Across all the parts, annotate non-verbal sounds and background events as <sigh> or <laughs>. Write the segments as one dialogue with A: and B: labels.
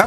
A: อั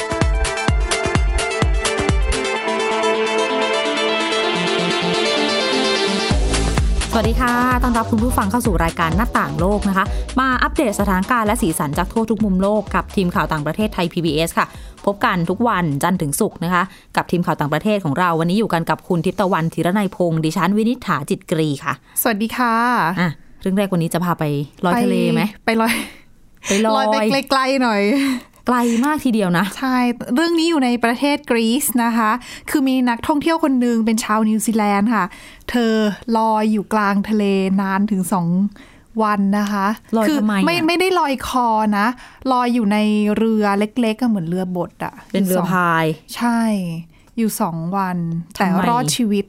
B: สวัสดีค่ะ ต้อนรับคุณผู้ฟังเข้าสู่รายการหน้าต่างโลกนะคะ มาอัปเดตสถานการณ์และสีสันจากทั่วทุกมุมโลกกับทีมข่าวต่างประเทศไทย PBS ค่ะ พบกันทุกวันจันทร์ถึงศุกร์นะคะ กับทีมข่าวต่างประเทศของเรา วันนี้อยู่กันกับคุณทิพย์ตะวันธีรนัยพงศ์ดิฉันวินิษฐาจิตกรีค่ะ
C: สวัสดีค่ะ
B: อ่ะ เรื่องแรกวันนี้จะพาไปลอยทะเลไหม
C: ไปลอย
B: ไปล
C: ล
B: อ
C: อยยไปไกลๆหน่อย
B: ไกลมากทีเดียวนะ
C: ใช่ เรื่องนี้อยู่ในประเทศกรีซนะคะ คือมีนักท่องเที่ยวคนหนึ่งเป็นชาวนิวซีแลนด์ค่ะ เธอลอยอยู่กลางทะเลนานถึงสองวันนะคะ
B: ลอย
C: คื
B: ทำไมอะ
C: ไม่ไม่ได้ลอยคอนะ ลอยอยู่ในเรือเล็กๆก็เหมือนเรือบดอะ
B: เป็นเรือพาย
C: ใช่ อยู่สองวัน แต่
B: ทำไม
C: รอดชีวิต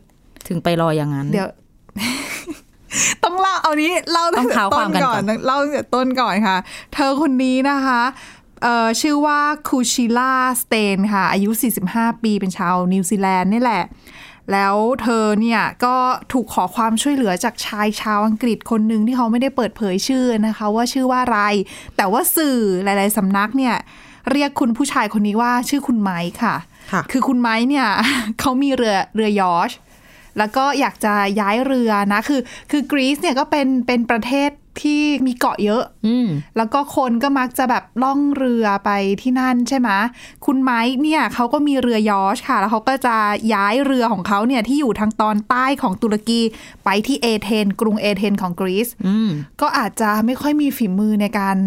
B: ถึงไปลอยอย่างนั้น
C: เดี๋ยว <laughs> ต้องเล่าเอานี้เล่า
B: ต้องเท้าความกันก่อน
C: ตั้แต่เล่าตั้งแต่ต้นก่อนค่ะ เธอคนนี้นะคะเอ่อชื่อว่าคูชิล่าสเตนค่ะ อายุ 45 ปีเป็นชาวนิวซีแลนด์นี่แหละ แล้วเธอเนี่ยก็ถูกขอความช่วยเหลือจากชายชาวอังกฤษคนหนึ่งที่เขาไม่ได้เปิดเผยชื่อนะคะ ว่าชื่อว่าอะไร แต่ว่าสื่อหลาย ๆสำนักเนี่ยเรียกคุณผู้ชายคนนี้ว่าชื่อคุณไมค์ค่ะ
B: ค่ะ
C: คือคุณไม้เนี่ย <laughs> เขามีเรือเรือยอร์ช แล้วก็อยากจะย้ายเรือนะ คือ คือกรีซเนี่ยก็เป็นเป็นประเทศที่มีเกาะเยอะ
B: อืม
C: แล้วก็คนก็มักจะแบบล่องเรือไปที่นั่นใช่ไหมคุณไม้เนี่ยเขาก็มีเรือยอชค่ะ แล้วเขาก็จะย้ายเรือของเขาเนี่ยที่อยู่ทางตอนใต้ของตุรกีไปที่เอเธนกรุงเอเธนของกรีซ
B: อืม
C: ก็อาจจะไม่ค่อยมีฝีมือในการ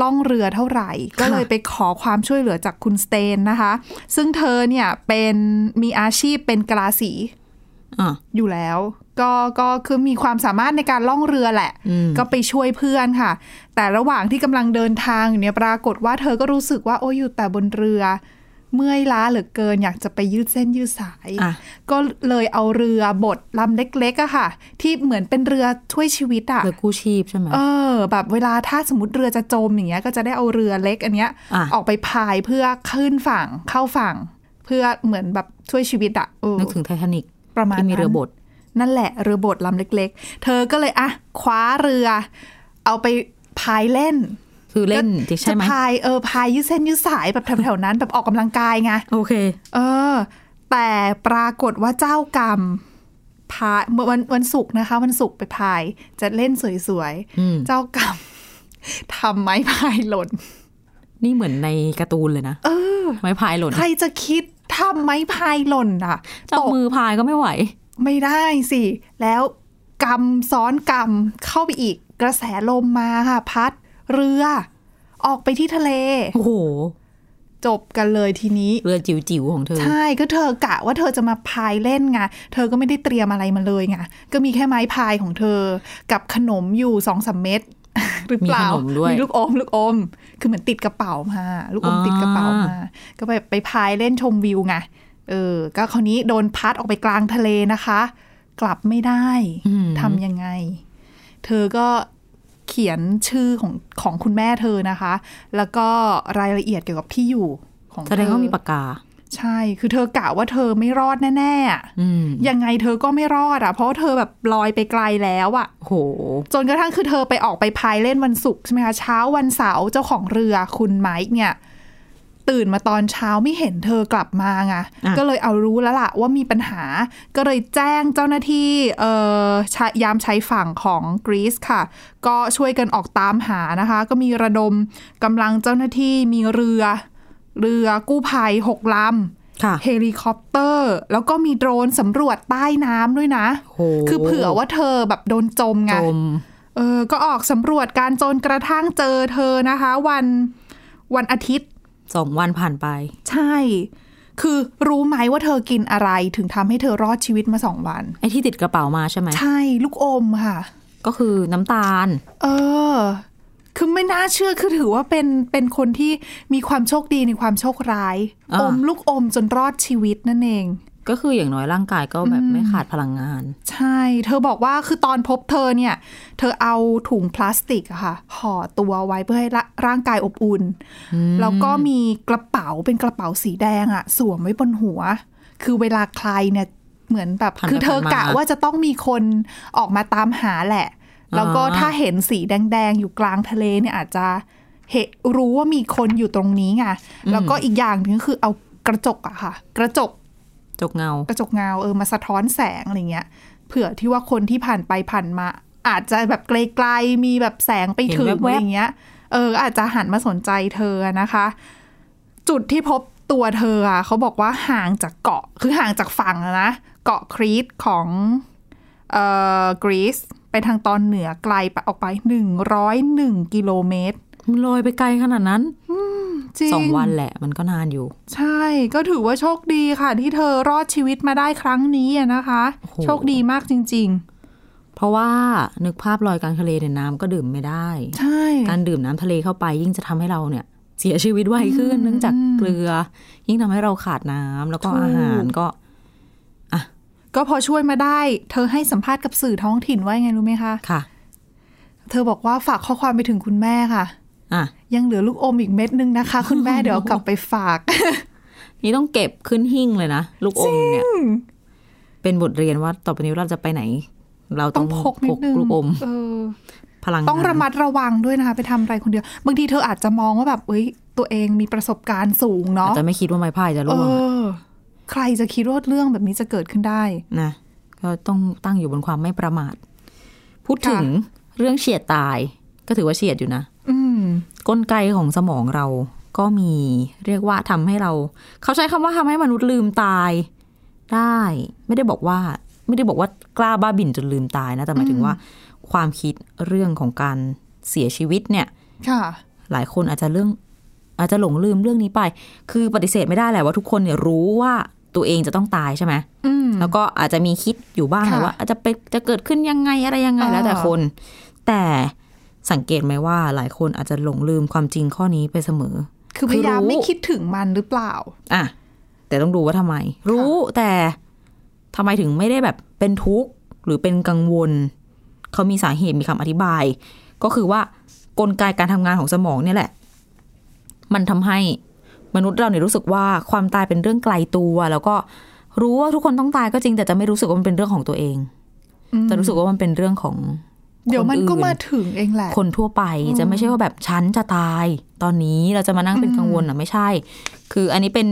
C: ล่องเรือเท่าไหร่ ก็เลยไปขอความช่วยเหลือจากคุณสเตนนะคะ ซึ่งเธอเนี่ยเป็นมีอาชีพเป็นกะลาสี
B: อ่ะ
C: อยู่แล้ว ก็ก็คือมีความสามารถในการล่องเรือแหละ
B: อืม
C: ก็ไปช่วยเพื่อนค่ะ แต่ระหว่างที่กำลังเดินทางอยู่เนี่ยปรากฏว่าเธอก็รู้สึกว่าโอ้ยอยู่แต่บนเรือ เมื่อยล้าเหลือเกิน อยากจะไปยืดเส้นยืดสาย
B: อ่ะ
C: ก็เลยเอาเรือบดลำเล็กๆอะค่ะ ที่เหมือนเป็นเรือช่วยชีวิตอะ
B: เรือกู้ชีพใช่ไหม
C: เออ แบบเวลาถ้าสมมติเรือจะจมอย่างเงี้ยก็จะได้เอาเรือเล็กอันเนี้ย
B: อ่ะ
C: ออกไปพายเพื่อขึ้นฝั่งเข้าฝั่ง เพื่อเหมือนแบบช่วยชีวิตอะเออ
B: นึกถึงไททานิก
C: ประมาณ
B: ที่มี
C: นั้น
B: เรือบด
C: นั่นแหละเรือบดลำเล็ก ๆ เธอก็เลยอ่ะคว้าเรือ เอาไปพายเล่น
B: คือเล่น
C: ก็
B: ใช่ไหม
C: จะพายเออพายยืดเส้นยืดสายแบบแถวๆนั้น แบบออกกำลังกายไง
B: โอเค
C: เออ แต่ปรากฏว่าเจ้ากรรมพายเมื่อวันวันศุกร์นะคะวันศุกร์ไปพายจะเล่นสวย
B: อืม
C: ๆ เจ้ากรรม <laughs> ทำไม้พายหล่น
B: นี่เหมือนในการ์ตูนเลยนะ
C: เออ
B: ไม้พายหล่น
C: ใครจะคิดทำไม้พายหล่นอ่ะ
B: จั
C: ต
B: บ
C: ก
B: มือพายก็ไม่
C: <laughs>
B: ไหว
C: ไม่ได้สิ แล้วกรรมซ้อนกรรมเข้าไปอีก กระแสลมมาค่ะ พัดเรือ ออกไปที่ทะเล
B: โอ้โห
C: จบกันเลยทีนี้
B: เรือจิ๋วจิ๋วๆของเธอ
C: ใช่ก็เธอกะว่าเธอจะมาพายเล่นไงเธอก็ไม่ได้เตรียมอะไรมาเลยไงก็มีแค่ไม้พายของเธอ กับขนมอยู่สองสามเม็ด <laughs> หรือเปล่า
B: ขนมด้วย
C: ลูกอมลูกอม คือเหมือนติดกระเป๋ามาลูกอม
B: อ่า
C: ติดกระเป๋ามา ก็ไปไปพายเล่นชมวิวไงเออ ก็คราวนี้โดนพัดออกไปกลางทะเลนะคะ กลับไม่ได้
B: อืม
C: ทำยังไง เธอก็เขียนชื่อของของคุณแม่เธอนะคะ แล้วก็รายละเอียดเกี่ยวกับที่อยู่ของเธอ
B: แสดงว่ามีปากกา
C: ใช่ คือเธอกะว่าเธอไม่รอดแน่ๆอะ
B: อืม
C: ยังไงเธอก็ไม่รอดอ่ะ เพราะว่าเธอแบบลอยไปไกลแล้วอ่ะ
B: โอ้โห
C: จนกระทั่งคือเธอไปออกไปพายเล่นวันศุกร์ใช่ไหมคะ เช้าวันเสาร์เจ้าของเรือคุณไมค์เนี่ย ตื่นมาตอนเช้าไม่เห็นเธอกลับมาไง
B: อ่ะ
C: ก็เลยเอารู้แล้วล่ะว่ามีปัญหา ก็เลยแจ้งเจ้าหน้าที่เอ่อชายยามชายฝั่งของกรีซค่ะ ก็ช่วยกันออกตามหานะคะ ก็มีระดมกำลังเจ้าหน้าที่มีเรือ เรือกู้ภัยหกลำ
B: ค่ะ
C: เฮลิคอปเตอร์ แล้วก็มีโดรนสำรวจใต้น้ำด้วยนะ
B: โ
C: คือเผื่อว่าเธอแบบโดนจมไง
B: จม
C: เออ ก็ออกสำรวจการจนกระทั่งเจอเธอนะคะ วันวันอาทิตย์
B: สองวันผ่านไป
C: ใช่ คือรู้ไหมว่าเธอกินอะไรถึงทำให้เธอรอดชีวิตมาสองวัน
B: ไอ้ที่ติดกระเป๋ามาใช่ไหม
C: ใช่ลูกอมค่ะ
B: ก็คือน้ำตาล
C: เออ คือไม่น่าเชื่อ คือถือว่าเป็นเป็นคนที่มีความโชคดีในความโชคร้าย
B: อ่า
C: อมลูกอมจนรอดชีวิตนั่นเอง
B: ก็คืออย่างน้อยร่างกายก็แบบไม่ขาดพลังงาน
C: ใช่ เธอบอกว่าคือตอนพบเธอเนี่ย เธอเอาถุงพลาสติกอะค่ะห่อตัวไว้เพื่อให้ละร่างกายอบอุ่น แล้วก็มีกระเป๋าเป็นกระเป๋าสีแดงอะสวมไว้บนหัว คือเวลาใครเนี่ย เหมือนแบบ
B: ผ่านไป
C: คือเธอกะ
B: ผ่านมา
C: ว่าจะต้องมีคนออกมาตามหาแหละ แล้วก็ถ้าเห็นสีแดง ๆ อยู่กลางทะเลเนี่ยอาจจะเหรู้ว่ามีคนอยู่ตรงนี้ไงแล้วก็อีกอย่างหนึงคือเอากระจกอะค่ะ กระจก
B: จกเงา
C: กระจกเงาเออมาสะท้อนแสงอะไรเงี้ยเผื่อที่ว่าคนที่ผ่านไปผ่านมา อาจจะแบบไกลๆมีแบบแสงไปถึง
B: เห็น
C: อะ
B: แว๊
C: ไร
B: บๆ
C: เงี้ยเออ อาจจะหันมาสนใจเธอนะคะ จุดที่พบตัวเธออะเขาบอกว่าห่างจากเกาะคือห่างจากฝั่งอะนะเกาะครีตของเอ่อกรีซไปทางตอนเหนือไกลไปออกไป 101 กิโลเมตร
B: มันลอยไปไกลขนาดนั้น
C: จริ
B: สองวันแหละมันก็นานอยู่
C: ใช่ก็ถือว่าโชคดีค่ะ ที่เธอรอดชีวิตมาได้ครั้งนี้อะนะคะ
B: โอ้โห
C: โชคดีมากจริง
B: เพราะว่านึกภาพลอยกลางทะเลเนี่ยน้ำก็ดื่มไม่ได้
C: ๆ ใช่
B: การดื่มน้ำทะเลเข้าไปยิ่งจะทำให้เราเนี่ย เสียชีวิตไวขึ้นเนื่องจากเกลือ ยิ่งทำให้เราขาดน้ำแล้วก็อาหารก็
C: ก็พอช่วยมาได้ เธอให้สัมภาษณ์กับสื่อท้องถิ่นว่ายังไงรู้ไหมคะ
B: ค่ะ
C: เธอบอกว่าฝากข้อความไปถึงคุณแม่ค่ะ
B: อ่ะ
C: ยังเหลือลูกอมอีกเม็ดนึงนะคะ <laughs> คุณแม่ เดี๋ยวเอากลับไปฝาก
B: นี่ต้องเก็บขึ้นหิ้งเลยนะ ลูกอมเนี่ย เป็นบทเรียนว่าต่อไปนี้เราจะไปไหน เราต้
C: ต้อ
B: อง ง
C: พกนิดนึง
B: ลูกอม
C: เออ
B: พลัง
C: ต้อง
B: งาน
C: ระมัดระวังด้วยนะคะไปทำอะไรคนเดียว บางทีเธออาจจะมองว่าแบบเอ้ยตัวเองมีประสบการณ์สูง
B: อาจ
C: เนาะ
B: จะไม่คิดว่าไม้พายจะ
C: เอ
B: ร่วงอะ
C: อ ใครจะคิดว่าเรื่องแบบนี้จะเกิดขึ้นได้
B: นะ ก็ต้องตั้งอยู่บนความไม่ประมาท พูดถึงเรื่องเฉียดตาย ก็ถือว่าเฉียดอยู่นะ
C: อืม
B: กลไกของสมองเราก็มีเรียกว่าทำให้เรา เขาใช้คำว่าทำให้มนุษย์ลืมตายได้ ไม่ได้บอกว่า ไม่ได้บอกว่ากล้าบ้าบิ่นจนลืมตายนะแต่หมายถึงว่า ความคิดเรื่องของการเสียชีวิตเนี่ย
C: ค่ะ
B: หลายคนอาจจะเรื่อง อาจจะหลงลืมเรื่องนี้ไป คือปฏิเสธไม่ได้แหละว่าทุกคนเนี่ยรู้ว่าตัวเองจะต้องตายใช่ไหม
C: อืม
B: แล้วก็อาจจะมีคิดอยู่บ้าง
C: ค่ะ
B: แหละว่าอาจจะเป็นจะเกิดขึ้นยังไงอะไรยังไง
C: อ่า
B: แล้วแต่คน แต่สังเกตไหมว่า หลายคนอาจจะหลงลืมความจริงข้อนี้ไปเสมอ
C: คือพยายาม
B: คือรู้
C: ไม่คิดถึงมันหรือเปล่า
B: อ่ะแต่ต้องดูว่าทำไม รู้แต่ทำไมถึงไม่ได้แบบเป็นทุกข์หรือเป็นกังวล เขามีสาเหตุมีคำอธิบาย ก็คือว่ากลไกการทำงานของสมองเนี่ยแหละ มันทำให้มนุษย์เราเนี่ยรู้สึกว่าความตายเป็นเรื่องไกลตัว แล้วก็รู้ว่าทุกคนต้องตายก็จริง แต่จะไม่รู้สึกว่ามันเป็นเรื่องของตัวเอง
C: อืม
B: จะรู้สึกว่ามันเป็นเรื่องของ
C: เดี๋ยวมันก็
B: คนอื่น
C: มาถึงเองแหละ
B: คนทั่วไปจะไม่ใช่ว่าแบบฉันจะตาย ตอนนี้เราจะมานั่งเป็นกังวลอ่ะไม่ใช่ คืออันนี้เป็น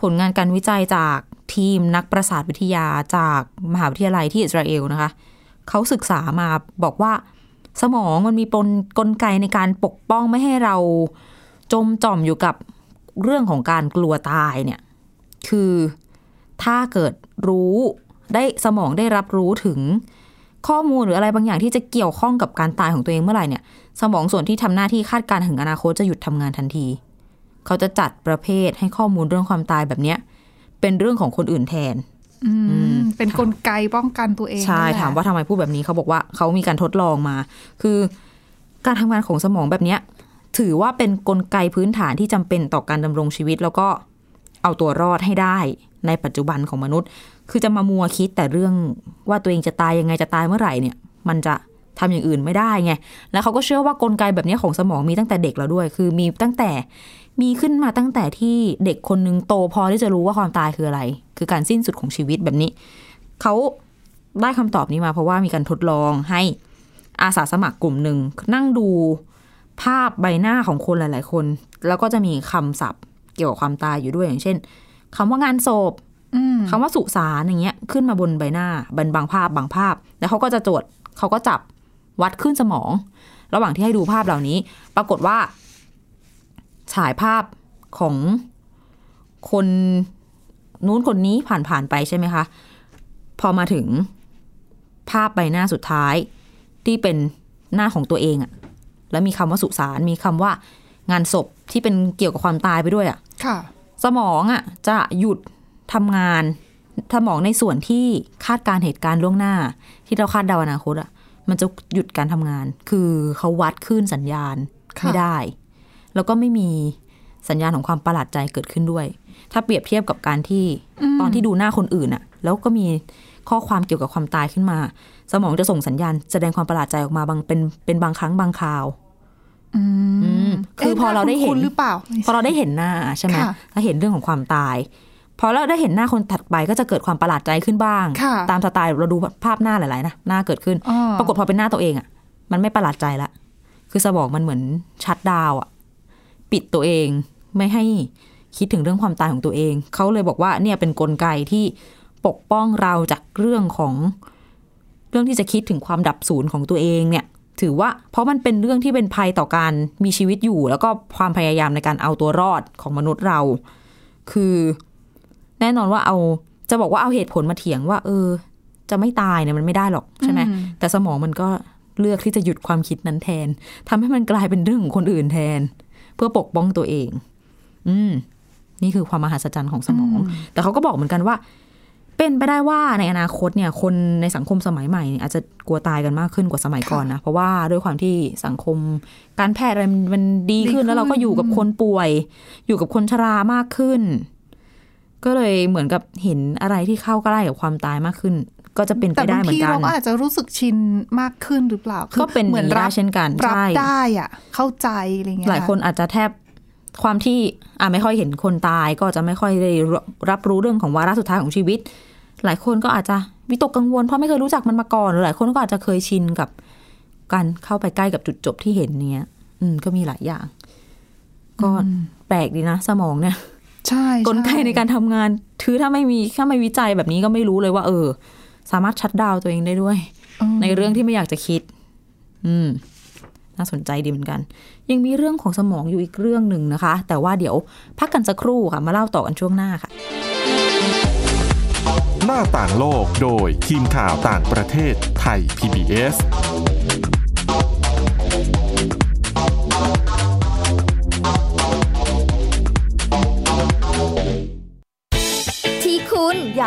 B: ผลงานการวิจัยจากทีมนักประสาทวิทยาจากมหาวิทยาลัยที่อิสราเอลนะคะ เขาศึกษามาบอกว่าสมองมันมีปนกลไกในการปกป้องไม่ให้เราจมจ่อมอยู่กับเรื่องของการกลัวตายเนี่ย คือถ้าเกิดรู้ได้สมองได้รับรู้ถึง ข้อมูลหรืออะไรบางอย่างที่จะเกี่ยวข้องกับการตายของตัวเองเมื่อไหร่เนี่ย สมองส่วนที่ทำหน้าที่คาดการณ์ถึงอนาคตจะหยุดทำงานทันที เขาจะจัดประเภทให้ข้อมูลเรื่องความตายแบบเนี้ยเป็นเรื่องของคนอื่นแทน
C: อืม เป็นกลไกป้องกันตัวเอง
B: ใช่
C: นั่นแหละ
B: ถามว่าทำไมพูดแบบนี้เขาบอกว่าเขามีการทดลองมา คือการทำงานของสมองแบบเนี้ยถือว่าเป็นกลไกพื้นฐานที่จำเป็นต่อการดำรงชีวิต แล้วก็เอาตัวรอดให้ได้ในปัจจุบันของมนุษย์ คือจะมามัวคิดแต่เรื่องว่าตัวเองจะตายยังไงจะตายเมื่อไหร่เนี่ย มันจะทำอย่างอื่นไม่ได้ไงแล้วเขาก็เชื่อว่ากลไกแบบเนี้ยของสมองมีตั้งแต่เด็กแล้วด้วย คือมีตั้งแต่มีขึ้นมาตั้งแต่ที่เด็กคนนึงโตพอที่จะรู้ว่าความตายคืออะไร คือการสิ้นสุดของชีวิตแบบนี้เขา ได้คำตอบนี้มาเพราะว่ามีการทดลองให้อาสาสมัครกลุ่มหนึ่ง นั่งดูภาพใบหน้าของคนหลาย ๆ คน แล้วก็จะมีคำศัพท์เกี่ยวกับความตายอยู่ด้วยอย่างเช่นคำว่างานศพ
C: อืม
B: คำว่าสุสานอย่างเงี้ยขึ้นมาบนใบหน้าบันบางภาพบางภาพ แล้วเขาก็จะตรวจเขาก็จับวัดขึ้นสมอง ระหว่างที่ให้ดูภาพเหล่านี้ ปรากฏว่า ฉายภาพของคนนู้นคนนี้ผ่านๆไปใช่ไหมคะ พอมาถึงภาพใบหน้าสุดท้าย ที่เป็นหน้าของตัวเองอะแล้วมีคำว่าสุสานมีคำว่างานศพที่เป็นเกี่ยวกับความตายไปด้วยอะ
C: ค่ะ
B: สมองอ่ะจะหยุดทำงานสมองในส่วนที่คาดการณ์เหตุการณ์ล่วงหน้า ที่เราคาดเดาอนาคตอ่ะมันจะหยุดการทำงาน คือเขาวัดคลื่นสัญญาณ
C: ค่ะ
B: ไม่ได้ แล้วก็ไม่มีสัญญาณของความประหลาดใจเกิดขึ้นด้วย ถ้าเปรียบเทียบกับการที่ตอนที่ดูหน้าคนอื่นอ่ะ แล้วก็มีข้อความเกี่ยวกับความตายขึ้นมา สมองจะส่งสัญญาณแสดงความประหลาดใจออกมาบางเป็นเป็นบางครั้งบางคราว อืมคือพอเราได้เห็น
C: คุณหรือเปล่า
B: พอเราได้เห็นหน้าใช่ไหม
C: ค่ะ
B: ถ้าเห็นเรื่องของความตาย พอเราได้เห็นหน้าคนถัดไปก็จะเกิดความประหลาดใจขึ้นบ้าง
C: ค่ะ
B: ตามสไตล์เราดูภาพหน้าหลายๆนะหน้าเกิดขึ้น
C: อ่า
B: ปรากฏพอเป็นหน้าตัวเองอะ่ะ มันไม่ประหลาดใจละคือสมองมันเหมือนชัดดาวน์อะปิดตัวเองไม่ให้คิดถึงเรื่องความตายของตัวเอง เขาเลยบอกว่าเนี่ยเป็นนกลไกที่ปกป้องเราจากเรื่องของ เรื่องที่จะคิดถึงความดับศูนย์ของตัวเองเนี่ย ถือว่าเพราะมันเป็นเรื่องที่เป็นภัยต่อการมีชีวิตอยู่ แล้วก็ความพยายามในการเอาตัวรอดของมนุษย์เรา คือแน่นอนว่าเอาจะบอกว่าเอาเหตุผลมาเถียงว่า เออ จะไม่ตายเนี่ยมันไม่ได้หรอกใช่ไหม
C: อืม
B: แต่สมองมันก็เลือกที่จะหยุดความคิดนั้นแทนทำให้มันกลายเป็นเรื่องของคนอื่นแทน เพื่อปกป้องตัวเอง อืม นี่คือความมหัศจรรย์ของสมอง แต่เขาก็บอกเหมือนกันว่า เป็นไปได้ว่าในอนาคตเนี่ย คนในสังคมสมัยใหม่เนี่ยอาจจะกลัวตายกันมากขึ้นกว่าสมัยก่อนนะ เพราะว่าด้วยความที่สังคมการแพทย์อะไรมันมันดี
C: ดีขึ้
B: ขึ้น
C: น
B: แล้วเราก็อยู่กับคนป่วย อยู่กับคนชรามากขึ้น ก็เลยเหมือนกับเห็นอะไรที่เข้าใกล้กับความตายมากขึ้น ก็จะเป็นไป
C: แต่
B: ได้
C: บาง
B: เหมือ
C: ที
B: นกัน
C: เราก็อาจจะรู้สึกชินมากขึ้นหรือเปล่าคือ
B: ก็เป็น
C: เหมือน
B: ได้
C: รับ
B: เช่นกัน
C: รับ
B: ใช่
C: ได้อ่ะ เข้าใจอะไรเงี้ย
B: หลายคนอาจจะแทบความที่อ่าไม่ค่อยเห็นคนตาย ก็จะไม่ค่อยได้รับรู้เรื่องของวาระสุดท้ายของชีวิต หลายคนก็อาจจะวิตกกังวลเพราะไม่เคยรู้จักมันมาก่อนหรือหลายคนก็อาจจะเคยชินกับการเข้าไปใกล้กับจุดจบที่เห็นเนี้ย อืมก็มีหลายอย่าง ก็แปลกดีนะสมองเนี่ย
C: ใช่ช่
B: กลไกในการทำงานถือถ้าไม่มีถ้าไม่วิจัยแบบนี้ก็ไม่รู้เลยว่า เออ สามารถชัดดาวน์ตัวเองได้ด้วย
C: อืม
B: ในเรื่องที่ไม่อยากจะคิด อืม น่าสนใจดีเหมือนกัน ยังมีเรื่องของสมองอยู่อีกเรื่องหนึ่งนะคะ แต่ว่าเดี๋ยวพักกันสักครู่ค่ะ มาเล่าต่อกันช่วงหน้าค่ะ
A: หน้าต่างโลกโดยทีมข่าวต่างประเทศไทย PBS
D: ที่คุณอย่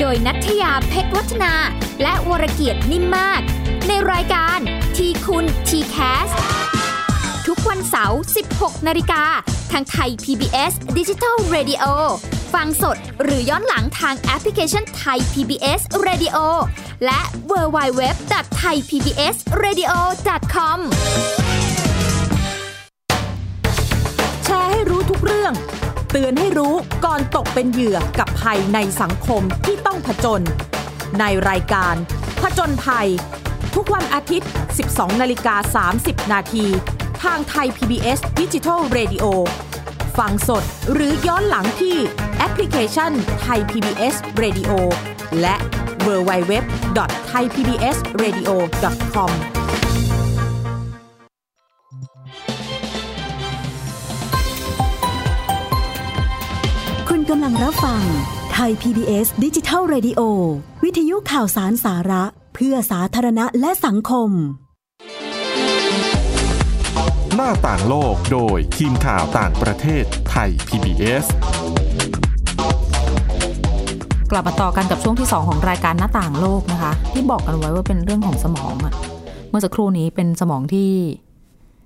E: โดยนัทยาเพชรวัฒนา และวรเกียดนิ่มมาก ในรายการทีคุณทีแคสทุกวันเสาร์ 16 นาฬิกา ทางไทย PBS Digital Radio ฟังสดหรือย้อนหลังทางแอปพลิเคชันไทย PBS Radio และ w w w t h a i p b s r a d i o c o m
D: แชร์ให้รู้ทุกเรื่อง เตือนให้รู้ก่อนตกเป็นเหยื่อกับภัยในสังคมที่ต้องผจญในรายการ ผจญภัย ทุกวันอาทิตย์ 12 นาฬิกา 30 นาที ทางไทย PBS Digital Radio ฟังสดหรือย้อนหลังที่แอปพลิเคชันไทย PBS Radio และ www.thaipbsradio.com
F: คุณกำลังรับฟังไทย PBS ดิจิทัล Radio วิทยุข่าวสารสาระ เพื่อสาธารณะและสังคม
A: หน้าต่างโลกโดยทีมข่าวต่างประเทศไทย PBS
B: กลับมาต่อกันกับช่วงที่ 2 ของรายการหน้าต่างโลกนะคะ ที่บอกกันไว้ว่าเป็นเรื่องของสมองอะเมื่อสักครู่นี้เป็นสมองที่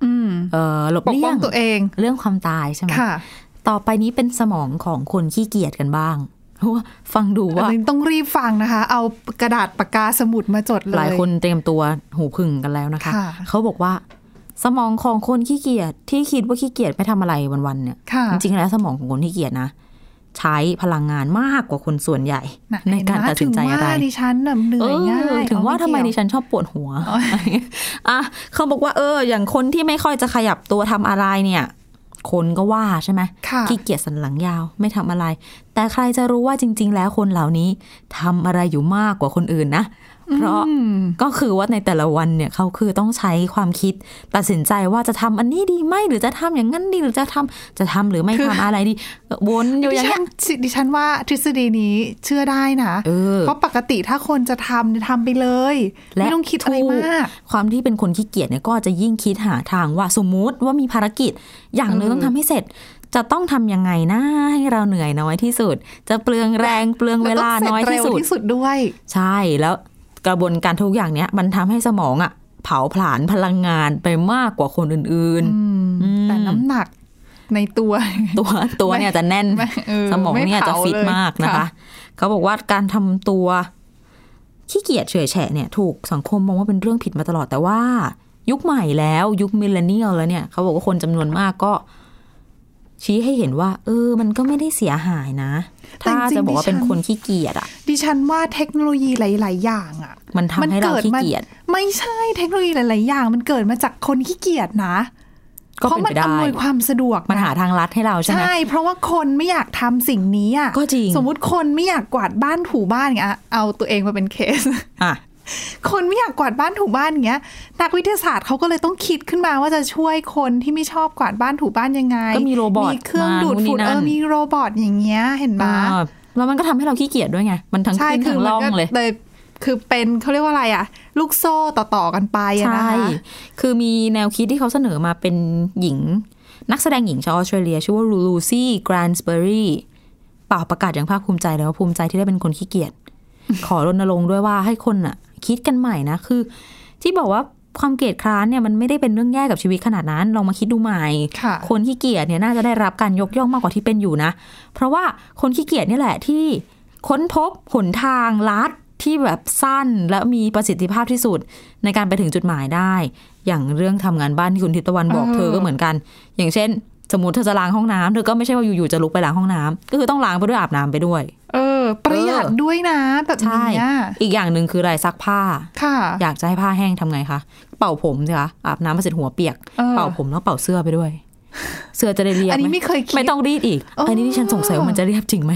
C: อืม
B: เอ่อหลบ
C: ปก
B: เลี่
C: ป้
B: ย
C: อง
B: ง
C: ตัวเอง
B: เรื่องความตายใช่ไหม
C: ค่ะ
B: ต่อไปนี้เป็นสมองของคนขี้เกียจกันบ้าง <laughs> เพราะว่าฟังดู
C: อัน
B: ว่า
C: นี้ต้องรีบฟังนะคะ เอากระดาษปากกาสมุดมาจดเลย
B: หลายคนเตรียมตัวหูพึ่งกันแล้วนะคะ
C: ค่ะ
B: เขาบอกว่า สมองของคนขี้เกียจที่คิดว่าขี้เกียจไม่ทำอะไรวันๆเนี่ย
C: ค่ะ
B: จริงๆแล้วสมองของคนขี้เกียจนะ ใช้พลังงานมากกว่าคนส่วนใหญ่
C: ไห
B: ในการตัดสินใจอะไร
C: ถึงว่าดิฉันน่ะเหนื่อยง่า
B: เอย อถึงว่า
C: เอ
B: ทำไม
C: เยว
B: ดิฉันชอบปวดหัว <laughs> อ่ะเขาบอกว่าเออ อย่างคนที่ไม่ค่อยจะขยับตัวทำอะไรเนี่ย คนก็ว่าใช่ไหม
C: ค่ะ
B: ขี้เกียจสันหลังยาวไม่ทำอะไร แต่ใครจะรู้ว่าจริง ๆ แล้วคนเหล่านี้ทำอะไรอยู่มากกว่าคนอื่นนะ เพราะก็คือว่าในแต่ละวันเนี่ยเขาคือต้องใช้ความคิด ตัดสินใจว่าจะทำอันนี้ดีไหมหรือจะทำอย่างนั้นดีหรือจะทำจะทำหรือไม่ทำอะไรดีวนอยู่
C: ดิ
B: อย่าง
C: ฉั
B: เงี้
C: น
B: ย
C: ดิฉันว่าทฤษฎีนี้เชื่อได้นะ
B: เออ
C: ราะปกติถ้าคนจะทำเนี่ยทำไปเลย
B: และ
C: ไม่ต้องคิดอะไรมาก
B: ถูความที่เป็นคนขี้เกียจเนี่ยก็จะยิ่งคิดหาทางว่าสมมุติว่ามีภารกิจ อย่างหนึ่งต้องทำให้เสร็จ จะต้องทำยังไงนะให้เราเหนื่อยน้อยที่สุด จะเปลืองแรงเปลืองเวลาน้อยที่สุด
C: แล้วก็เร็วที่สุดด้วย
B: ใช่แล้วกระบวนการทุกอย่างเนี้ยมันทำให้สมองอะเผาผลาญพลังงานไปมากกว่าคนอื่น
C: อืม
B: อืม
C: แต่น้ำหนักในตัว <laughs>
B: ๆ ตัวตัวเนี่ยจะแน่น
C: ไม่เออ
B: สมองเนี่ย
C: ไผา
B: จะฟิต
C: เลย
B: มากนะคะ เขาบอกว่าการทำตัวขี้เกียจเฉอยแฉะเนี่ยถูกสังคมมองว่าเป็นเรื่องผิดมาตลอดแต่ว่า ยุคใหม่แล้วยุคมิลเลนเนียลแล้วเนี่ยเขาบอกว่าคนจำนวนมากก็ ชี้ให้เห็นว่า เออ มันก็ไม่ได้เสียหายนะ
C: แต่
B: ถ้า
C: จริงๆ
B: จะบอกว่า
C: ดิฉัน
B: เป็นคนขี้เกียจอ่ะ
C: ดิฉันว่าเทคโนโลยีหลาย ๆ อย่างอ่ะ
B: มันทำให้เราขี้เกียจ
C: ไม่ใช่เทคโนโลยีหลาย ๆ อย่าง มันเกิดมาจากคนขี้เกียจนะ
B: ก็
C: เพราะ
B: เป็นไป
C: มั
B: ได้
C: อำนวยความสะดวก
B: มันหา
C: นะ
B: ทางลัดให้เราใช่ไหม
C: ใช่ เพราะว่าคนไม่อยากทำสิ่งนี้อ่ะ
B: ก็จริง
C: สมมุติคนไม่อยากกวาดบ้านถูบ้านอย่างเงี้ยเอาตัวเองมาเป็นเคส
B: อ่ะ
C: คนไม่อยากกวาดบ้านถูบ้านอย่างเงี้ย นักวิทยาศาสตร์เขาก็เลยต้องคิดขึ้นมาว่าจะช่วยคนที่ไม่ชอบกวาดบ้านถูบ้านยังไง
B: ก็มีโรบอท
C: มีเครื่อง
B: มา
C: ดูด
B: นู่นนี่
C: ฝุ่น
B: นั่น
C: เออมีโรบอทอย่างเงี้ยเห็นปะ
B: อ่าแล้วมันก็ทำให้เราขี้เกียจด้วยไง มันทั้ง
C: ใช่
B: ขึ้น
C: คื
B: ทั้
C: อง มัน
B: ล่อง
C: ก็
B: เลย
C: เลยคือเป็นเขาเรียกว่าอะไรอ่ะ ลูกโซ่ต่อๆกันไปอะนะ
B: ใช่
C: คะ
B: คือมีแนวคิดที่เขาเสนอมาเป็นหญิง นักแสดงหญิงชาวออสเตรเลีย ชื่อว่าลูซี่ กรานสเบอรี่ เป่าประกาศอย่างภาคภูมิใจเลยว่าภูมิใจที่ได้เป็นคนขี้เกียจ
C: <laughs>
B: ขอรณรงค์ด้วยว่าให้คนอ่ะ คิดกันใหม่นะ คือ ที่บอกว่าความเกียจคร้านเนี่ยมันไม่ได้เป็นเรื่องแย่กับชีวิตขนาดนั้น ลองมาคิดดูใหม่
C: ค่ะ
B: คนขี้เกียจเนี่ยน่าจะได้รับการยกย่องมากกว่าที่เป็นอยู่นะ เพราะว่าคนขี้เกียจเนี่ยแหละที่ค้นพบหนทางลัดที่แบบสั้นและมีประสิทธิภาพที่สุดในการไปถึงจุดหมายได้ อย่างเรื่องทำงานบ้านที่คุณทิพย์ตะวันบอกเธอก็เหมือนกัน อย่างเช่น สมมติเธอจะล้างห้องน้ำเธอก็ไม่ใช่ว่าอยู่ๆจะลุกไปล้างห้องน้ำก็คือต้องล้างไปด้วยอาบน้ำไปด้วย
C: เออ ประหยัดด้วยนะแบบ
B: ใช่
C: นี้อะ
B: อีกอย่างหนึ่งคืออะไรซักผ้า
C: ค่ะ
B: อยากจะให้ผ้าแห้งทำไงคะ เป่าผมสิคะ อาบน้ำมาเสร็จหัวเปียก
C: เออ
B: เป่าผมแล้วเป่าเสื้อไปด้วย เสื้อจะได้เรียบ
C: อันนี้
B: ไหม
C: ไม่เคยคิด
B: ไม่ต้องรีดอีก
C: อ๋ออั
B: อันนี้ที่ฉันสงสัยว่ามันจะเรียบจริงไหม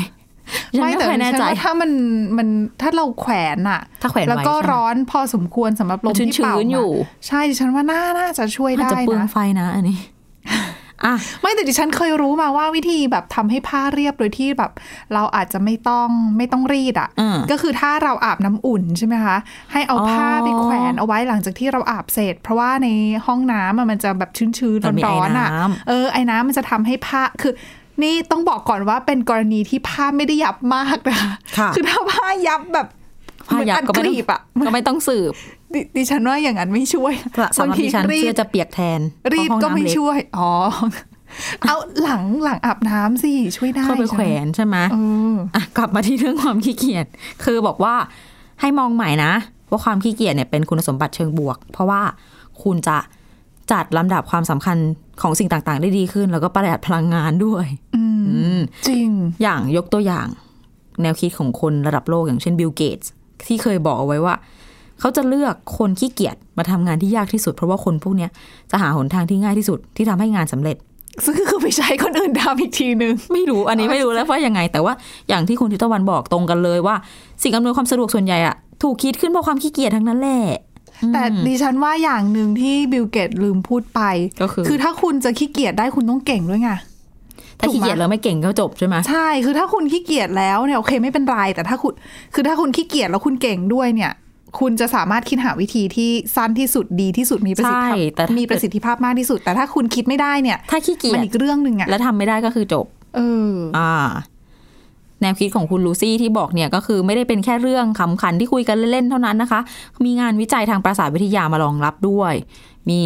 B: ฉัน
C: ไม่
B: ไม่
C: แต่
B: ค่อยแน่
C: ดิฉั
B: ใจ
C: ว่าถ้ามันมันถ้าเราแขวนอะ
B: ถ้าแขวนไว้
C: แล้วก็
B: ใช่ไหม
C: ร้อนพอสมควรสำหรับลม
B: ชื้น
C: ที่
B: ชื้
C: เป่าน
B: ๆอยู่
C: ใช่ดิฉันว่าน่าน่าจะช่วย
B: อาจ
C: ได้
B: จะเปลือง
C: นะ
B: ไฟนะ อัน
C: <laughs>
B: นี้ อ่ะ
C: ไม่แต่ดิฉันเคยรู้มาว่าวิธีแบบทำให้ผ้าเรียบโดยที่แบบ เราอาจจะไม่ต้องไม่ต้องรีดอะ
B: อืม
C: ก็คือถ้าเราอาบน้ำอุ่นใช่ไหมคะ ให้เอาผ้าไปแขวนเอาไว้หลังจากที่เราอาบเสร็จ เพราะว่าในห้องน้ำอะมันจะแบบชื้นๆ
B: มันมีไอ้
C: ร้อนๆอะ
B: น้ำ
C: เออไอ้น้ำมันจะทำให้ผ้าคือ นี่ต้องบอกก่อนว่าเป็นกรณีที่ผ้าไม่ได้ยับมากนะคะ
B: ค่ะ
C: อถ้าผ้ายับแบบ
B: ผ้ายับ
C: เหมือนอัด
B: ก็ไม่
C: ก
B: ต้อง
C: รีบอะ
B: ก็ไม่ต้องสืบ
C: ดิดิฉันว่าอย่างนั้นไม่ช่วย
B: สำหรับดิฉัน
C: รี
B: เสื้อ
C: ด
B: จะเปียกแทน
C: รีด
B: เพาะห้อง
C: ก็
B: น้ำ
C: ไม่
B: เล็ก
C: ช่วย อ๋อ เอาหลังหลังอาบน้ำสิช่วยได้
B: เข้าไปแขวนใช่ไหม
C: เออ
B: อ่ะกลับมาที่เรื่องความขี้เกียจ คือบอกว่าให้มองใหม่นะว่าความขี้เกียจเนี่ยเป็นคุณสมบัติเชิงบวก เพราะว่าคุณจะจัดลำดับความสำคัญของสิ่งต่างๆ ได้ดีขึ้น แล้วก็ประหยัดพลังงานด้วย
C: อืม
B: อืม
C: จริง
B: อย่างยกตัวอย่างแนวคิดของคนระดับโลกอย่างเช่นบิลเกตส์ที่เคยบอกเอาไว้ว่า เขาจะเลือกคนขี้เกียจมาทำงานที่ยากที่สุด เพราะว่าคนพวกเนี้ยจะหาหนทางที่ง่ายที่สุดที่ทำให้งานสำเร็จ <laughs>
C: ซึ่งก็คือไปใช้คนอื่นทำอีกทีนึง
B: ไม่รู้อันนี้ไม่รู้แล้วว่ายังไง แต่ว่าอย่างที่คุณทิพย์ตะวันบอกตรงกันเลยว่า สิ่งอำนวยความสะดวกส่วนใหญ่อะถูกคิดขึ้นเพราะความขี้เกียจทั้งนั้นแหละ
C: แต่ดิฉันว่าอย่างหนึ่งที่บิลเกตลืมพูดไป
B: ก็คือ
C: คือถ้าคุณจะขี้เกียจได้คุณต้องเก่งด้วยไง
B: ถ้าขี้เกียจแล้วไม่เก่งก็จบใช่ไหม
C: ใช่ คือถ้าคุณขี้เกียจแล้วเนี่ยโอเคไม่เป็นไร แต่ถ้าคุณ คือถ้าคุณขี้เกียจแล้วคุณเก่งด้วยเนี่ย คุณจะสามารถคิดหาวิธีที่สั้นที่สุดดีที่สุดมีประสิทธิ
B: ใช่
C: ภาพ
B: แต่
C: มีประสิทธิภาพมากที่สุด แต่ถ้าคุณคิดไม่ได้เนี่ย
B: ถ้าขี้เกีย
C: มัน
B: จ
C: อีกเรื่องหนึ่งอะ
B: แล้วทำไม่ได้ก็คือจบ
C: เออ
B: อ่า แนวคิดของคุณลูซี่ที่บอกเนี่ยก็คือไม่ได้เป็นแค่เรื่องขำขันที่คุยกันเล่นๆเท่านั้นนะคะ มีงานวิจัยทางประสาทวิทยามารองรับด้วย มี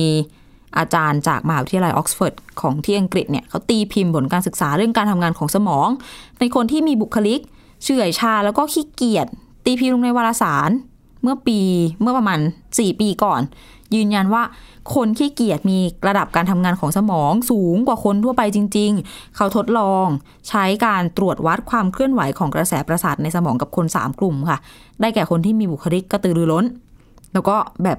B: อาจารย์จากมหาวิทยาลัยออกซฟอร์ดของที่อังกฤษเนี่ยเขาตีพิมพ์ผลการศึกษาเรื่องการทำงานของสมอง ในคนที่มีบุคลิก เฉื่อยชาแล้วก็ขี้เกียจตีพิมพ์ลงในวารสาร เมื่อปีเมื่อประมาณ 4 ปีก่อน ยืนยันว่าคนขี้เกียจมีระดับการทำงานของสมองสูงกว่าคนทั่วไปจริง ๆ เขาทดลองใช้การตรวจวัดความเคลื่อนไหวของกระแสประสาทในสมองกับคน 3 กลุ่มค่ะ ได้แก่คนที่มีบุคลิกกระตือรือร้น แล้วก็แบบ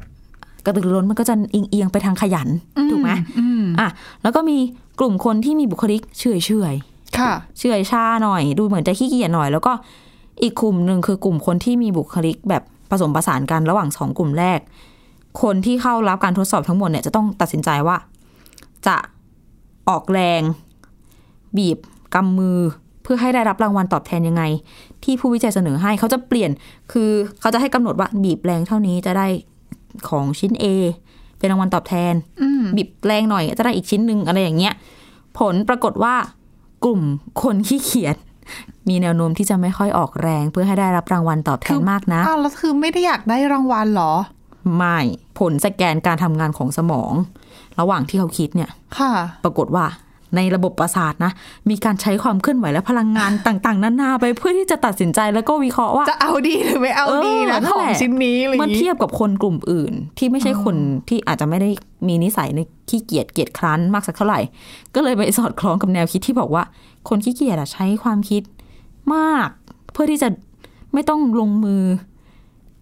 B: กระตือรือร้นมันก็จะเอียงๆไปทางขยันถูกไหมอ่ะแล้วก็มีกลุ่มคนที่มีบุคลิกเฉื่อยเฉยๆ
C: ค่ะ
B: เฉื่อยชาหน่อยดูเหมือนจะขี้เกียจหน่อย แล้วก็อีกกลุ่มหนึ่งคือกลุ่มคนที่มีบุคลิกแบบผสมผสานกันระหว่างสองกลุ่มแรก คนที่เข้ารับการทดสอบทั้งหมดเนี่ยจะต้องตัดสินใจว่า จะออกแรง บีบกำมือ เพื่อให้ได้รับรางวัลตอบแทนยังไง ที่ผู้วิจัยเสนอให้เขาจะเปลี่ยนคือเขาจะให้กำหนดว่าบีบแรงเท่านี้จะได้ของชิ้น A เป็นรางวัลตอบแทนบีบแรงหน่อยก็จะได้อีกชิ้นหนึ่งอะไรอย่างเงี้ย ผลปรากฏว่า กลุ่มคนขี้เขียจมีแนวโน้มที่จะไม่ค่อยออกแรง เพื่อให้ได้รับรางวัลตอบแทนมากนะ
C: อ้าวแล้วคือไม่ได้อยากได้รางวัลเหรอ
B: ไม่ผลสแกนการทำงานของสมอง ระหว่างที่เขาคิดเนี่ย
C: ค่ะ
B: ปรากฏว่าในระบบประสาทนะ มีการใช้ความเคลื่อนไหวและพลังงาน ต่างๆนานาไปเพื่อที่จะตัดสินใจแล้วก็วิเคราะห์ว่า
C: จะเอาดีหรือไม่เอาดี
B: เออ
C: นะ
B: นั่
C: ข
B: น
C: อ
B: แห
C: ง
B: ละ
C: ชิ้นนี้อะไรอ
B: เมื่อย่าง เที
C: งี้
B: ยบกับคนกลุ่มอื่น ที่ไม่ใช่คนที่อาจจะไม่ได้มีนิสัยในขี้เกียจเกียจคร้านมากสักเท่าไหร่ ก็เลยไปสอดคล้องกับแนวคิดที่บอกว่า คนขี้เกียจอะใช้ความคิดมาก เพื่อที่จะไม่ต้องลงมือ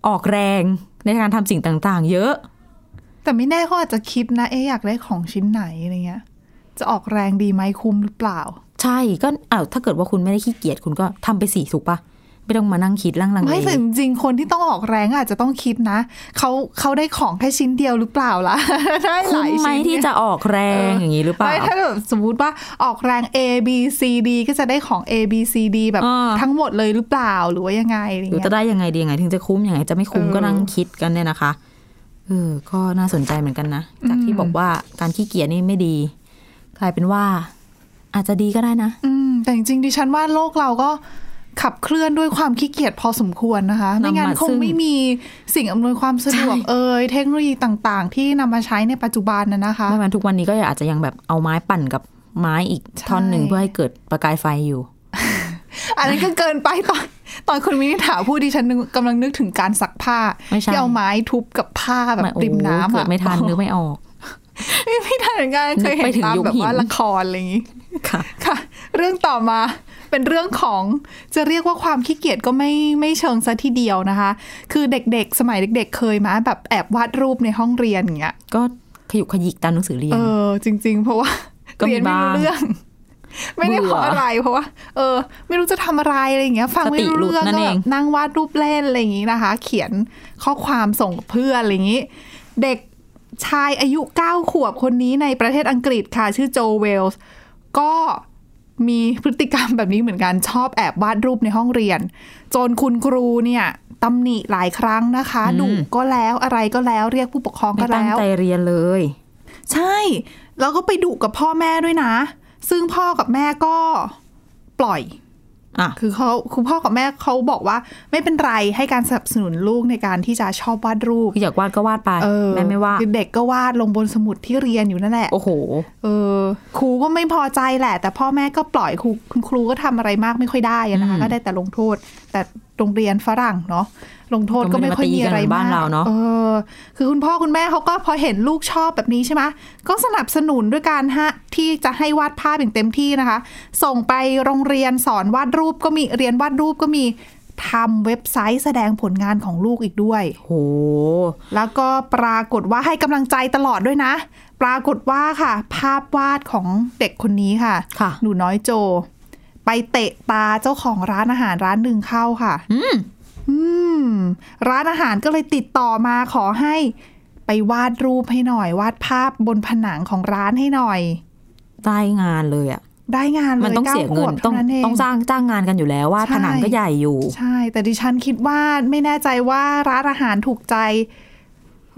B: ออกแรงในการทำสิ่งต่างๆ เยอะ
C: แต่ไม่แน่เขาอาจจะคิดนะ เอ๊ะอยากได้ของชิ้นไหนอะไรเงี้ย จะออกแรงดีไหมคุ้มหรือเปล่า
B: ใช่ก็อ้าวถ้าเกิดว่าคุณไม่ได้ขี้เกียจคุณก็ทำไปสิถูกปะไม่ต้องมานั่งคิดลังลังเล
C: ไม่แต่จริงๆคนที่ต้องออกแรงอาจจะต้องคิดนะเขาเขาได้ของแค่ชิ้นเดียวหรือเปล่าล่ะ <laughs> ได้ห
B: คุ้ม
C: ลาย
B: ไหม
C: ชิ้น
B: ที่
C: เนี่ย
B: จะออกแรงอย่างนี้หรือเปล่า
C: ไม่ถ้าแบบสมมติว่าออกแรง A B C D ก็จะได้ของ A B C D แบบ
B: อ่า
C: ทั้งหมดเลยหรือเปล่าหรือว่ายังไงอะไร
B: หรือ
C: เงี้
B: จะ
C: ย
B: ได้ยังไงดียังไง ถึงจะคุ้มยังไงจะไม่คุ้ม
C: เออ
B: ก็นั่งคิดกันเนี่ยนะคะเออก็น่าสนใจเหมือนกันนะ จากที่บอกว่าการขี้เกียจนี่ไม่ดี กลายเป็นว่า อาจจะดีก็ได้นะ
C: อืมแต่จริงๆดิฉันว่าโลกเราก็ขับเคลื่อนด้วยความขี้เกียจพอสมควรนะคะ ไม่งั้น
B: นำมา
C: ค
B: ซึ่
C: ง
B: ง
C: ไม่มีสิ่งอำนวยความสะดวก
B: ใช่
C: เอ่ยเทคโนโลยีต่างๆ ที่นำมาใช้ในปัจจุบันนะนะคะ
B: ไม่งั้นทุกวันนี้ก็อาจจะยังแบบเอาไม้ปั่นกับไม้อีก
C: ใช่
B: ท่อนหนึ่งเพื่อให้เกิดประกายไฟอยู่
C: อันนั้นก็เกินไปตอน <laughs> ตอนคุณมินิถาพูดดิฉันนึกกำลังนึกถึงการซักผ้า
B: ไม่ใช่
C: ที่เอาไม้ทุบกับผ้าแบบ
B: ไโอ้
C: ริมน้ำ
B: เกิ
C: อะ
B: ดไม่ทันนึกไม่ออก
C: ไม่ทันเหมือนกันเคยเห็น
B: นึกไปถึง
C: ตาม
B: ยุค
C: แบบว่า
B: หิน
C: ละครอะไรอย่างงี้
B: ค่ะ
C: ค่ะ เรื่องต่อมาเป็นเรื่องของจะเรียกว่าความขี้เกียจก็ไม่ไม่เชิงซะทีเดียวนะคะ คือเด็กๆ สมัยเด็ก ๆ เคยมาแบบแอบวาดรูปในห้องเรียนอย่างเงี้ย
B: ก็ขยุกขยิกตามหนังสือเรีย
C: เอน อจริง ๆ เพราะว่า
B: ก็มี
C: เรียนไม่รู้
B: บ้าง
C: เรื่อง ไม่ได้เพราะ
B: เบื่ออ
C: อะไรเพราะว่าเออ ไม่รู้จะทำอะไรอะไรอย่างเงี้ย ฟังไม่
B: สติหลุ
C: รู้
B: ด
C: เรื่อง
B: นั่น
C: ก็
B: เอ
C: แบ
B: ง
C: บนั่งวาดรูปเล่นอะไรอย่างงี้นะคะ เขียนข้อความส่งเพื่อนอะไรอย่างงี้ เด็กชายอายุ 9 ขวบคนนี้ในประเทศอังกฤษค่ะ ชื่อโจเวลส์ก็มีพฤติกรรมแบบนี้เหมือนกันชอบแอบวาดรูปในห้องเรียน จนคุณครูเนี่ยตำหนิหลายครั้งนะคะดุก็แล้วอะไรก็แล้วเรียกผู้ปกครอง
B: ไม่
C: ก็
B: ตั้ง
C: แล้ว
B: ใจเรียนเลย
C: ใช่ แล้วก็ไปดุกับพ่อแม่ด้วยนะ ซึ่งพ่อกับแม่ก็ปล่อย
B: อ่ะ
C: คือเขาคุณพ่อกับแม่เขาบอกว่าไม่เป็นไรให้การสนับสนุนลูกในการที่จะชอบวาดรูป
B: คืออยากวาดก็วาดไป
C: เออ
B: แม่ไม่ว่า
C: คือเด็กก็วาดลงบนสมุดที่เรียนอยู่นั่นแหละ
B: โอ้โห
C: เออครูก็ไม่พอใจแหละ แต่พ่อแม่ก็ปล่อยครูคุณครูก็ทำอะไรมากไม่ค่อยได้อะนะคะ
B: อืม
C: ก็ได้แต่ลงโทษ แต่โรงเรียนฝรั่งเนาะลงโทษก็ไม่ค่อยมีอะไร
B: ก็ไม่ได้มาตีกันเหมือน
C: มา
B: บ้าน
C: ก
B: เราเนอะ
C: เออ คือคุณพ่อคุณแม่เขาก็พอเห็นลูกชอบแบบนี้ใช่ไหมก็สนับสนุนด้วยการฮะที่จะให้วาดภาพอย่างเต็มที่นะคะ ส่งไปโรงเรียนสอนวาดรูปก็มีเรียนวาดรูปก็มีทำเว็บไซต์แสดงผลงานของลูกอีกด้วย
B: โห
C: แล้วก็ปรากฏว่าให้กำลังใจตลอดด้วยนะ ปรากฏว่าค่ะ ภาพวาดของเด็กคนนี้ค่ะ
B: ค่ะ
C: หนูน้อยโจ ไปเตะตาเจ้าของร้านอาหารร้านหนึ่งเข้าค่ะ อืม ร้านอาหารก็เลยติดต่อมาขอให้ ไปวาดรูปให้หน่อย วาดภาพบนผนังของร้านให้หน่อย
B: ได้งานเลยอ่ะ
C: ได้งานเลย
B: มันต้องเสียเงิน
C: ก้าขวบ
B: ต้อง
C: ท่าเ
B: ต้องจ้างจ้างงานกันอยู่แล้วว่า
C: ใช่
B: ผนังก็ใหญ่อยู่
C: ใช่ แต่ดิฉันคิดว่าไม่แน่ใจว่าร้านอาหารถูกใจ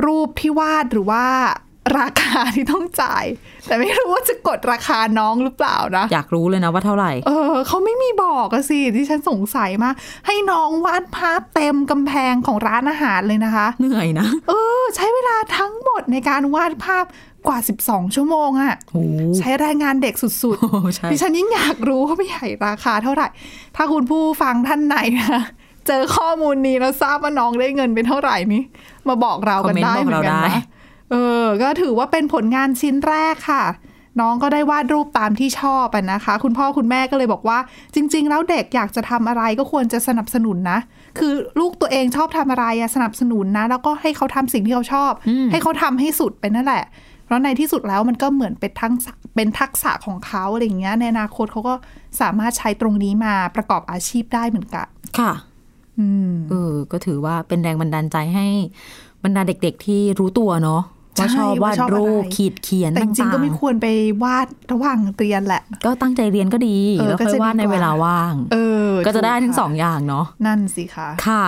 C: รูปที่วาดหรือว่าราคาที่ต้องจ่าย แต่ไม่รู้ว่าจะกดราคาน้องหรือเปล่านะ
B: อยากรู้เลยนะว่าเท่าไหร่ <laughs>
C: เออเขาไม่มีบอกอะสิดิฉันสงสัยมากให้น้องวาดภาพเต็มกำแพงของร้านอาหารเลยนะคะ
B: เหนื่อยนะ
C: เออ ใช้เวลาทั้งหมดในการวาดภาพกว่า 12 ชั่วโมงอะ
B: โอ้
C: ใช้แรงงานเด็กสุดๆ
B: โหใช่
C: ดิฉันยิ่งอยากรู้ว่าไม่ใหญ่ราคาเท่าไหร่ ถ้าคุณผู้ฟังท่านไหนนะเจอข้อมูลนี้แล้วทราบว่าน้องได้เงินเป็นเท่าไหร่นี้ มาบอกเรากันได้
B: คอม
C: เห
B: เมนต์
C: มือนกัน
B: บอกเราได้
C: นะเออ ก็ถือว่าเป็นผลงานชิ้นแรกค่ะ น้องก็ได้วาดรูปตามที่ชอบอะนะคะ คุณพ่อคุณแม่ก็เลยบอกว่า จริง ๆ แล้วเด็กอยากจะทำอะไรก็ควรจะสนับสนุนนะ คือลูกตัวเองชอบทำอะไรอะสนับสนุนนะ แล้วก็ให้เขาทำสิ่งที่เขาชอบ ให้เขาทำให้สุดไปนั่นแหละ เพราะในที่สุดแล้วมันก็เหมือนเป็นทั้งษะเป็นทักษะของเขาอะไรอย่างเงี้ยในอนาคตเขาก็สามารถใช้ตรงนี้มาประกอบอาชีพได้เหมือนกัน
B: ค่ะ
C: อืม
B: เออก็ถือว่าเป็นแรงบันดาลใจให้บรรดาเด็ก ๆ ที่รู้ตัวเนาะว่าช
C: ใช่
B: อบวาด
C: ว่าชอบอะไร
B: รูปขีดเขียน
C: แต่จริง
B: ต่า
C: ๆก็
B: ง
C: ไม่ควรไปวาดระหว่างเรียนแหละ
B: ๆก็ตั้งใจเรียนก็ดี
C: เออ
B: แล้ว
C: ก็
B: ค่อ
C: จะ
B: ย
C: ดี
B: วาดใน
C: กว่า
B: เวลาว่าง
C: เออ
B: ก็จะได้
C: ถู
B: ทั้ง
C: ค่
B: สองอย่างเนาะ
C: นั่นสิคะ
B: ค่ะ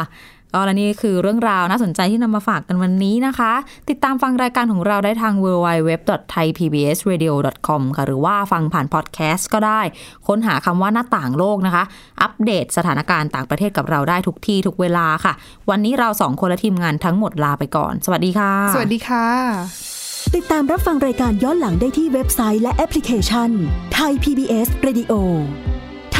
B: ก็และนี่คือเรื่องราวน่าสนใจที่นำมาฝากกันวันนี้นะคะ ติดตามฟังรายการของเราได้ทาง www.thaipbsradio.com ค่ะ หรือว่าฟังผ่านพอดแคสต์ก็ได้ ค้นหาคำว่าหน้าต่างโลกนะคะ อัปเดตสถานการณ์ต่างประเทศกับเราได้ทุกที่ทุกเวลาค่ะ วันนี้เราสองคนและทีมงานทั้งหมดลาไปก่อน สวัสดีค่ะ
C: สวัสดีค่ะ
F: ติดตามรับฟังรายการย้อนหลังได้ที่เว็บไซต์และแอปพลิเคชันไทย PBS Radio ไท